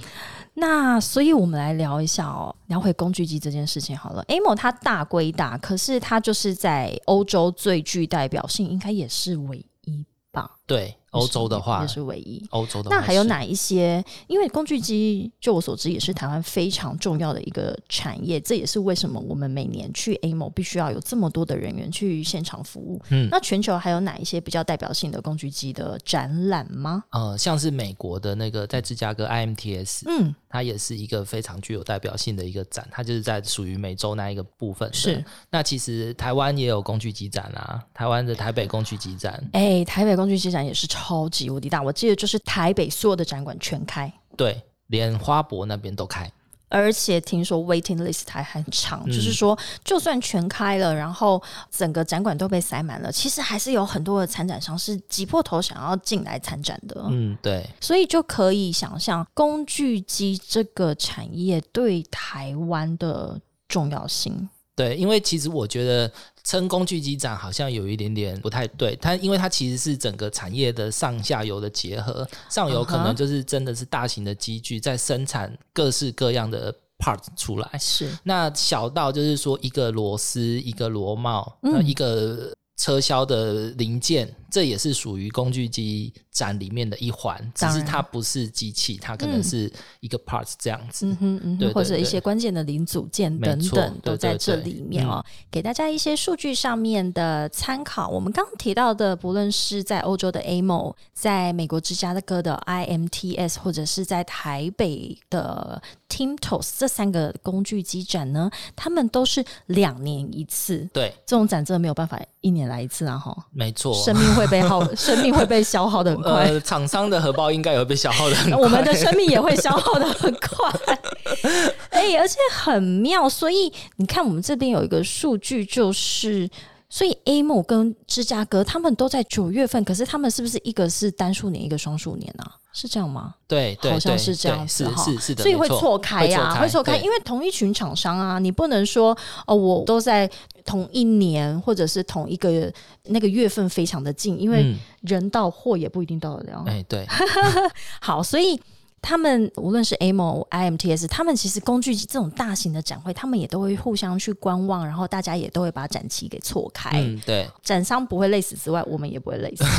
Speaker 1: 那所以我们来聊一下哦，聊回工具机这件事情好了。AMO 它大归大，可是它就是在欧洲最具代表性，应该也是唯一吧？
Speaker 2: 对，欧洲的话
Speaker 1: 也，是唯一。
Speaker 2: 欧洲的话
Speaker 1: 那还有
Speaker 2: 是
Speaker 1: 哪一些？因为工具机，就我所知，也是台湾非常重要的一个产业。这也是为什么我们每年去 AMO 必须要有这么多的人员去现场服务。
Speaker 2: 嗯
Speaker 1: 那全球还有哪一些比较代表性的工具机的展览吗？
Speaker 2: 呃，像是美国的那个在芝加哥 IMTS，、
Speaker 1: 嗯，
Speaker 2: 它也是一个非常具有代表性的一个展，它就是在属于美洲那一个部分的。
Speaker 1: 是。
Speaker 2: 那其实台湾也有工具机展啊，台湾的台北工具机展，
Speaker 1: 哎、台北工具机展也是超级无敌大，我记得就是台北所有的展馆全开，
Speaker 2: 对，连花博那边都开。
Speaker 1: 而且听说 waiting list 还很长，就是说就算全开了，然后整个展馆都被塞满了，其实还是有很多的参展商是挤破头想要进来参展的，
Speaker 2: 嗯，对，
Speaker 1: 所以就可以想象工具机这个产业对台湾的重要性。
Speaker 2: 对，因为其实我觉得称工具机展好像有一点点不太对，它因为它其实是整个产业的上下游的结合，上游可
Speaker 1: 嗯哼
Speaker 2: 能就是真的是大型的机具在生产各式各样的 part 出来，
Speaker 1: 是，
Speaker 2: 那小到就是说一个螺丝、一个螺帽、
Speaker 1: 嗯
Speaker 2: 那一个车销的零件这也是属于工具机展里面的一环，只
Speaker 1: 当
Speaker 2: 是
Speaker 1: 然
Speaker 2: 它不是机器，它可能是一个 part 这样子。
Speaker 1: 嗯哼嗯
Speaker 2: 对
Speaker 1: 哼，
Speaker 2: 对
Speaker 1: 或者一
Speaker 2: 对
Speaker 1: 些关键的零组件
Speaker 2: 没
Speaker 1: 等
Speaker 2: 错
Speaker 1: 等
Speaker 2: 对
Speaker 1: 都在
Speaker 2: 对嗯
Speaker 1: 这
Speaker 2: 对
Speaker 1: 里面哦，给大家一些数据上面的参考。我们刚刚提到的，不论是在欧洲的 AMO，在美国芝加哥的 IMTS，或者是在台北的 Timtos 这三个工具机展呢，他们都是两年一次。
Speaker 2: 对，
Speaker 1: 这种展真的没有办法一年来一次啊！哈，
Speaker 2: 没错。
Speaker 1: 生命会被 耗，生命会被消耗的很快。
Speaker 2: 呃，厂商的荷包应该也会被消耗的很 快。
Speaker 1: 我们的生命也会消耗的很快。哎、而且很妙，所以你看，我们这边有一个数据，就是所以 A 某跟芝加哥他们都在九月份，可是他们是不是一个是单数年，一个双数年啊？是这样吗？
Speaker 2: 对对
Speaker 1: 好像
Speaker 2: 对，
Speaker 1: 是这
Speaker 2: 对
Speaker 1: 样子
Speaker 2: 是
Speaker 1: 哈
Speaker 2: 是是的，
Speaker 1: 所以会
Speaker 2: 没错
Speaker 1: 错开呀、
Speaker 2: 会错开
Speaker 1: 会错开，
Speaker 2: 对
Speaker 1: 因为同一群厂商啊，你不能说哦，我都在同一年或者是同一个那个月份非常的近，因为
Speaker 2: 嗯，
Speaker 1: 人到货也不一定到得了。啊
Speaker 2: 哎对，
Speaker 1: 好，所以他们无论是 AMO、IMTS，他们其实工具这种大型的展会，他们也都会互相去观望，然后大家也都会把展期给错开。
Speaker 2: 嗯对，
Speaker 1: 展商不会累死之外，我们也不会累死。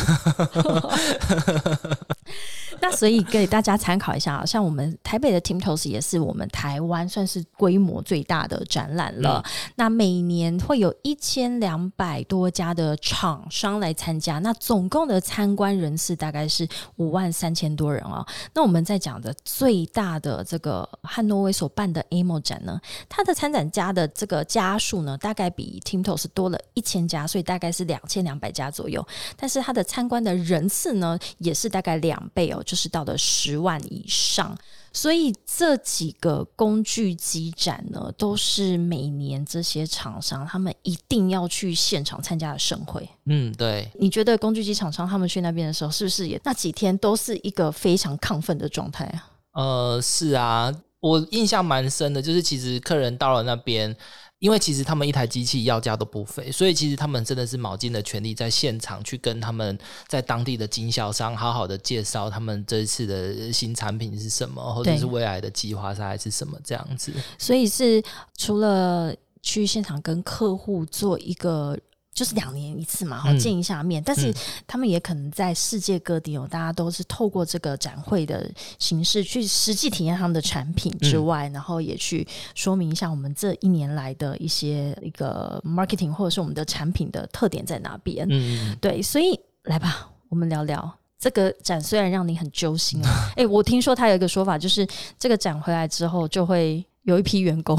Speaker 1: 那所以给大家参考一下啊，像我们台北的 Timtos 也是我们台湾算是规模最大的展览了。那每年会有一千两百多家的厂商来参加，那总共的参观人次大概是五万三千多人哦。那我们在讲的最大的这个汉诺威所办的 AMO 展呢，它的参展家的这个家数呢，大概比 Timtos 多了一千家，所以大概是两千两百家左右。但是它的参观的人次呢，也是大概两倍哦，就是到了十万以上。所以这几个工具机展呢，都是每年这些厂商他们一定要去现场参加的盛会。
Speaker 2: 嗯对。
Speaker 1: 你觉得工具机厂商他们去那边的时候，是不是也那几天都是一个非常亢奋的状态啊？
Speaker 2: 呃，是啊，我印象蛮深的，就是其实客人到了那边，因为其实他们一台机器要价都不菲，所以其实他们真的是卯尽了全力在现场去跟他们在当地的经销商好好的介绍他们这一次的新产品是什么，或者
Speaker 1: 对
Speaker 2: 是未来的计划是还是什么这样 子。
Speaker 1: 所以是除了去现场跟客户做一个。就是两年一次嘛，哈，
Speaker 2: 嗯
Speaker 1: 见一下面。但是
Speaker 2: 嗯
Speaker 1: 他们也可能在世界各地哦，大家都是透过这个展会的形式去实际体验他们的产品之外，
Speaker 2: 嗯
Speaker 1: 然后也去说明一下我们这一年来的一些一个 marketing 或者是我们的产品的特点在哪边。
Speaker 2: 嗯，
Speaker 1: 对，所以来吧，我们聊聊这个展。虽然让你很揪心啊，哎、我听说他有一个说法，就是这个展回来之后，就会有一批员工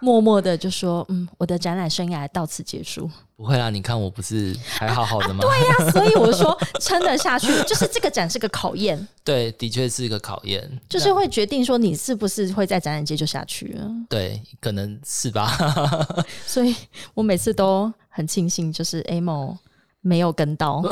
Speaker 1: 默默的就说：“嗯，我的展览生涯到此结束。
Speaker 2: 不会啦，你看我不是还好好的吗？”
Speaker 1: 那所以我说，撑得下去，就是这个展是个考验，
Speaker 2: 对，的确是一个考验，
Speaker 1: 就是会决定说你是不是会在展览界就下去了。
Speaker 2: 对，可能是吧。
Speaker 1: 所以我每次都很庆幸，就是 A 某没有跟到。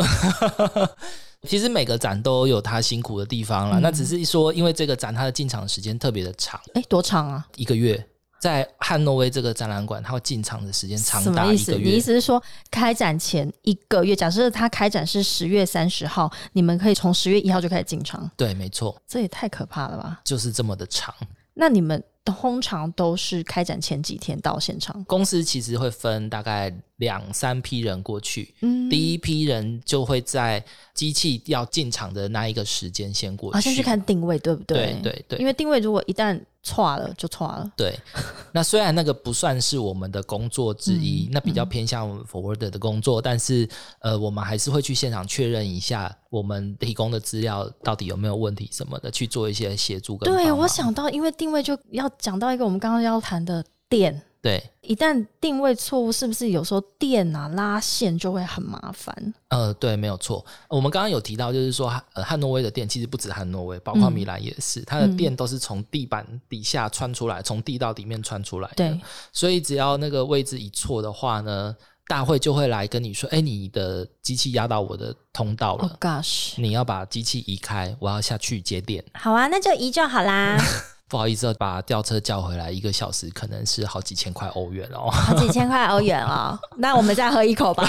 Speaker 2: 其实每个展都有它辛苦的地方
Speaker 1: 嗯
Speaker 2: 啦，那只是说，因为这个展它的进场时间特别的长，
Speaker 1: 哎、多长啊？
Speaker 2: 一个月，在汉诺威这个展览馆，它会进场的时间长
Speaker 1: 什么
Speaker 2: 达
Speaker 1: 意
Speaker 2: 一
Speaker 1: 思？
Speaker 2: 个
Speaker 1: 你意
Speaker 2: 月。
Speaker 1: 思是说开展前一个月？假设它开展是十月三十号，你们可以从十月一号就开始进场，
Speaker 2: 对，没错，
Speaker 1: 这也太可怕了吧？
Speaker 2: 就是这么的长。
Speaker 1: 那你们通常都是开展前几天到现场？
Speaker 2: 公司其实会分大概两三批人过去，
Speaker 1: 嗯，
Speaker 2: 第一批人就会在机器要进场的那一个时间先过去，
Speaker 1: 好哦像去看定位，对不
Speaker 2: 对
Speaker 1: 对？
Speaker 2: 对对
Speaker 1: 因为定位如果一旦错了就错了。
Speaker 2: 对，那虽然那个不算是我们的工作之
Speaker 1: 嗯
Speaker 2: 一，那比较偏向 forward 的工作，但是呃，我们还是会去现场确认一下我们提供的资料到底有没有问题什么的，去做一些协助跟
Speaker 1: 对，
Speaker 2: 帮
Speaker 1: 我
Speaker 2: 忙
Speaker 1: 想到，因为定位就要讲到一个我们刚刚要谈的电。
Speaker 2: 对，
Speaker 1: 一旦定位错误，是不是有时候电啊拉线就会很麻烦？
Speaker 2: 呃，对，没有错。呃我们刚刚有提到，就是说，呃，汉诺威的店其实不止汉诺威，包括
Speaker 1: 嗯
Speaker 2: 米兰也是，它的店都是从地板底下穿出来，从地道里面穿出来的。
Speaker 1: 对，
Speaker 2: 所以只要那个位置一错的话呢，大会就会来跟你说，哎，你的机器压到我的通道了。
Speaker 1: 哦、gosh，
Speaker 2: 你要把机器移开，我要下去接电。
Speaker 1: 好啊，那就移就好啦。
Speaker 2: 不好意思，把吊车叫回来，一个小时可能是好几千块欧元哦。
Speaker 1: 好几千块欧元哦， 那我们再喝一口 吧。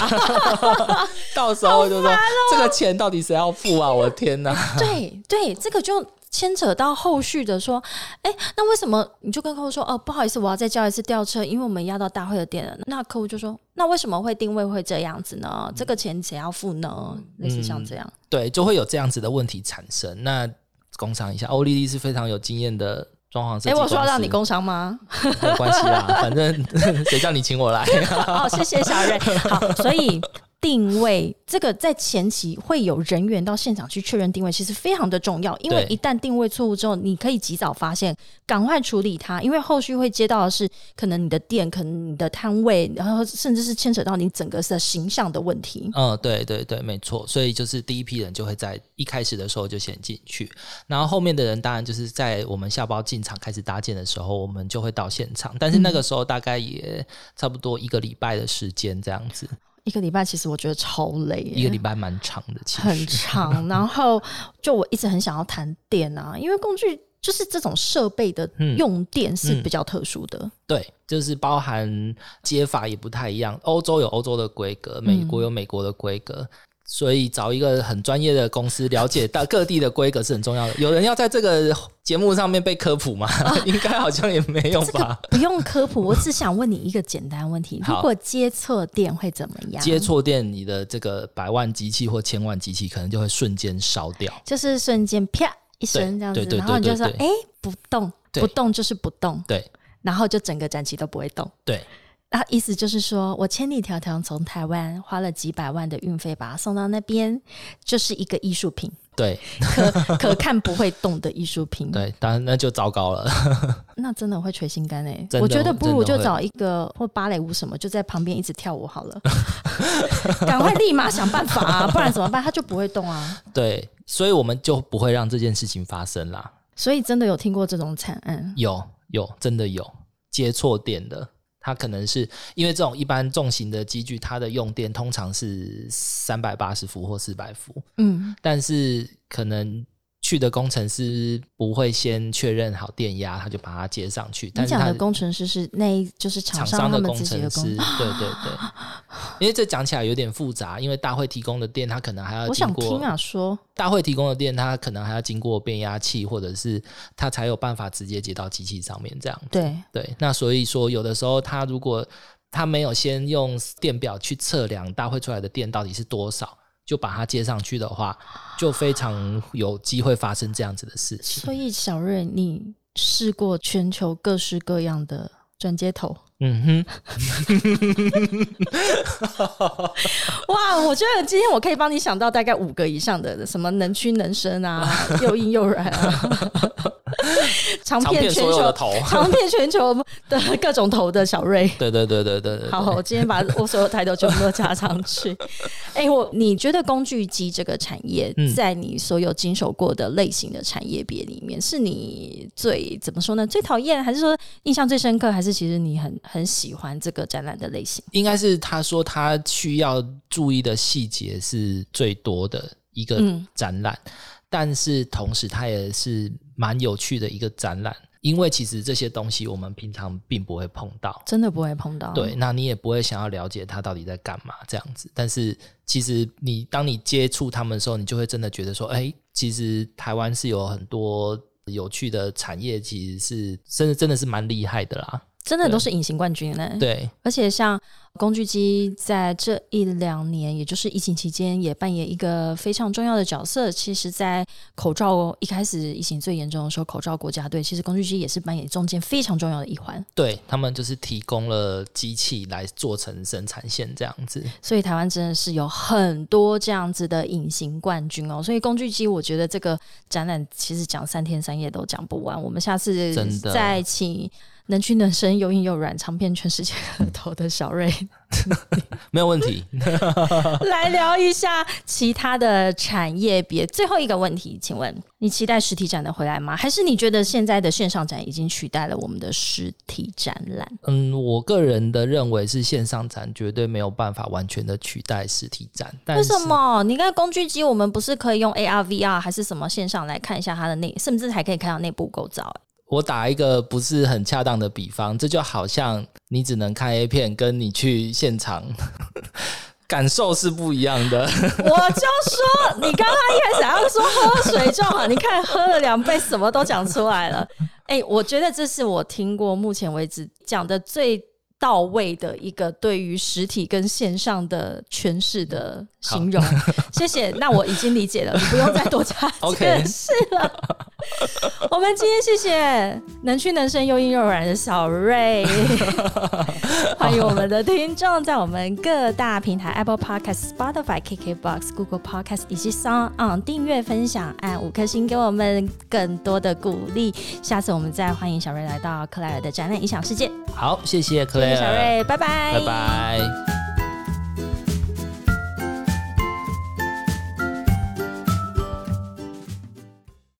Speaker 1: 哦
Speaker 2: 到时候就说、这个钱到底谁要付啊？我的天哪！
Speaker 1: 对对，这个就牵扯到后续的说，哎、那为什么你就跟客户说哦，不好意思，我要再叫一次吊车，因为我们压到大会的店了。那客户就说，那为什么会定位会这样子呢？这个钱谁要付呢？类似像这样，
Speaker 2: 对，就会有这样子的问题产生。那工商一下，欧丽丽是非常有经验的装潢设
Speaker 1: 哎、
Speaker 2: 计公司。
Speaker 1: 我说要让你工伤吗？
Speaker 2: 没有关系啦，反正 谁叫你请我来？
Speaker 1: 哦，谢谢小 瑞。好，所以定位这个在前期会有人员到现场去确认定位，其实非常的重要，因为
Speaker 2: 对
Speaker 1: 一旦定位错误之后，你可以及早发现，赶快处理它，因为后续会接到的是可能你的店，可能你的摊位，然后甚至是牵扯到你整个的形象的问题。
Speaker 2: 嗯，对对对，没错。所以就是第一批人就会在一开始的时候就先进去，然后后面的人当然就是在我们下包进场开始搭建的时候，我们就会到现场。但是那个时候大概也差不多一个礼拜的时间这样子，
Speaker 1: 一个礼拜其实我觉得超累耶，
Speaker 2: 一个礼拜蛮长的，其实
Speaker 1: 很长，然后就我一直很想要谈电啊，因为工具就是这种设备的
Speaker 2: 嗯
Speaker 1: 用电是
Speaker 2: 嗯
Speaker 1: 比较特殊的。
Speaker 2: 对，就是包含接法也不太一样，欧洲有欧洲的规格，美国
Speaker 1: 嗯
Speaker 2: 有美国的规格。所以找一个很专业的公司，了解到各地的规格是很重要的。有人要在这个节目上面被科普吗？ 应该好像也没有吧。
Speaker 1: 哦不用科普，我只想问你一个简单问题：如
Speaker 2: 好
Speaker 1: 果接错电会怎么样？
Speaker 2: 接错电，你的这个百万机器或千万机器可能就会瞬间烧掉。
Speaker 1: 就是瞬间啪一声这样子
Speaker 2: 对，对对
Speaker 1: 然后你就说：“
Speaker 2: 对对
Speaker 1: 哎、不动，
Speaker 2: 对
Speaker 1: 不动就是不动。
Speaker 2: 对”
Speaker 1: 然后就整个展期都不会动。
Speaker 2: 对，
Speaker 1: 然后意思就是说，我千里迢迢从台湾花了几百万的运费把它送到那边，就是一个艺术品，
Speaker 2: 对
Speaker 1: 可可 看不会动的艺术品。
Speaker 2: 对，当然那就糟糕了。
Speaker 1: 那真的会捶心肝哎、
Speaker 2: 真的哦
Speaker 1: 我觉得不如
Speaker 2: 真
Speaker 1: 就
Speaker 2: 的会
Speaker 1: 找一个或芭蕾舞什么，就在旁边一直跳舞好了， 赶快立马想办法 啊，不然怎么办？它就不会动啊。
Speaker 2: 对，所以我们就不会让这件事情发生啦。
Speaker 1: 所以真的有听过这种惨案，
Speaker 2: 有有，真的有接错电的。它可能是因为这种一般重型的机具，它的用电通常是三百八十伏或四百伏，
Speaker 1: 嗯，
Speaker 2: 但是可能去的工程师不会先确认好电压，他就把它接上去。
Speaker 1: 你
Speaker 2: 但是
Speaker 1: 讲
Speaker 2: 它
Speaker 1: 的工程师是那一就是厂
Speaker 2: 厂
Speaker 1: 商
Speaker 2: 商
Speaker 1: 他
Speaker 2: 的
Speaker 1: 们
Speaker 2: 工
Speaker 1: 自己
Speaker 2: 程
Speaker 1: 的工
Speaker 2: 师，对，对对，因为这讲起来有点复杂，因为大会提供的电，它可能还要
Speaker 1: 我
Speaker 2: 经
Speaker 1: 想
Speaker 2: 过
Speaker 1: 听啊，说
Speaker 2: 大会提供的电，它可能还要经过变压器，或者是它才有办法直接接到机器上面这样。
Speaker 1: 对，
Speaker 2: 对，那所以说有的时候它如果它没有先用电表去测量大会出来的电到底是多少，就把它接上去的话，就非常有机会发生这样子的事情。
Speaker 1: 所以小瑞，你试过全球各式各样的转接头？
Speaker 2: 嗯哼，
Speaker 1: 哇，我觉得今天我可以帮你想到大概五个以上的，什么能屈能伸 啊，又硬又软啊，长
Speaker 2: 长
Speaker 1: 遍
Speaker 2: 遍
Speaker 1: 全
Speaker 2: 所有的
Speaker 1: 球。
Speaker 2: 头。
Speaker 1: 长遍全球的各种头的小瑞，
Speaker 2: 对对对对对对，
Speaker 1: 好，我今天把我所有抬头全部都加上去。 哎、我你觉得工具机这个产业
Speaker 2: 嗯，
Speaker 1: 在你所有经手过的类型的产业别里面，是你最怎么说呢？最讨厌，还是说印象最深刻，还是其实你很很喜欢这个展览的类型？
Speaker 2: 应该是他说他需要注意的细节是最多的一个
Speaker 1: 嗯
Speaker 2: 展览，但是同时它也是蛮有趣的一个展览，因为其实这些东西我们平常并不会碰到。
Speaker 1: 真的不会碰到。
Speaker 2: 对，，那你也不会想要了解他到底在干嘛这样子，但是其实你当你接触他们的时候，你就会真的觉得说，哎、其实台湾是有很多有趣的产业，其实是真的真的是蛮厉害的啦。
Speaker 1: 真的都是隐形冠军呢、，欸
Speaker 2: 对，
Speaker 1: 而且像工具机在这一两年，也就是疫情期间，也扮演一个非常重要的角色。其实，在口罩一开始疫情最严重的时候，口罩国家队，其实工具机也是扮演中间非常重要的一环。
Speaker 2: 对他们就是提供了机器来做成生产线这样子。
Speaker 1: 所以台湾真的是有很多这样子的隐形冠军哦。所以工具机，我觉得这个展览其实讲三天三夜都讲不完。我们下次
Speaker 2: 真的
Speaker 1: 再请能屈能伸、又硬又软、尝遍全世界 的头的小瑞
Speaker 2: 没有问题。
Speaker 1: 来聊一下其他的产业别。最后一个问题，请问你期待实体展的回来吗？还是你觉得现在的线上展已经取代了我们的实体展览？
Speaker 2: 嗯，我个人的认为是线上展绝对没有办法完全的取代实体展。但
Speaker 1: 为
Speaker 2: 是
Speaker 1: 什么？你看工具机，我们不是可以用 AR、VR 啊还是什么线上来看一下它的内，甚至还可以看到内部构造、欸？
Speaker 2: 我打一个不是很恰当的比方，这就好像你只能看 A 片，跟你去现场 感受是不一样的。
Speaker 1: 我就说，你刚刚一开始还要说喝水就好，你看喝了两杯，什么都讲出来了。 哎、我觉得这是我听过目前为止讲的最到位的一个对于实体跟线上的诠释的形容。 谢谢，那我已经理解了，你不用再多加
Speaker 2: OK
Speaker 1: 解释了。 我们今天谢谢能屈能伸、又硬又软的小瑞，欢迎我们的听众在我们各大平台 Apple Podcast、Spotify、KKBox、Google Podcast 以及 Sound On 订阅、分享、按五颗星，给我们更多的鼓励。下次我们再欢迎小瑞来到克莱尔的展览影响世界。
Speaker 2: 好，谢谢克
Speaker 1: 谢
Speaker 2: 莱
Speaker 1: 谢
Speaker 2: 尔，
Speaker 1: 小瑞，拜
Speaker 2: 拜拜。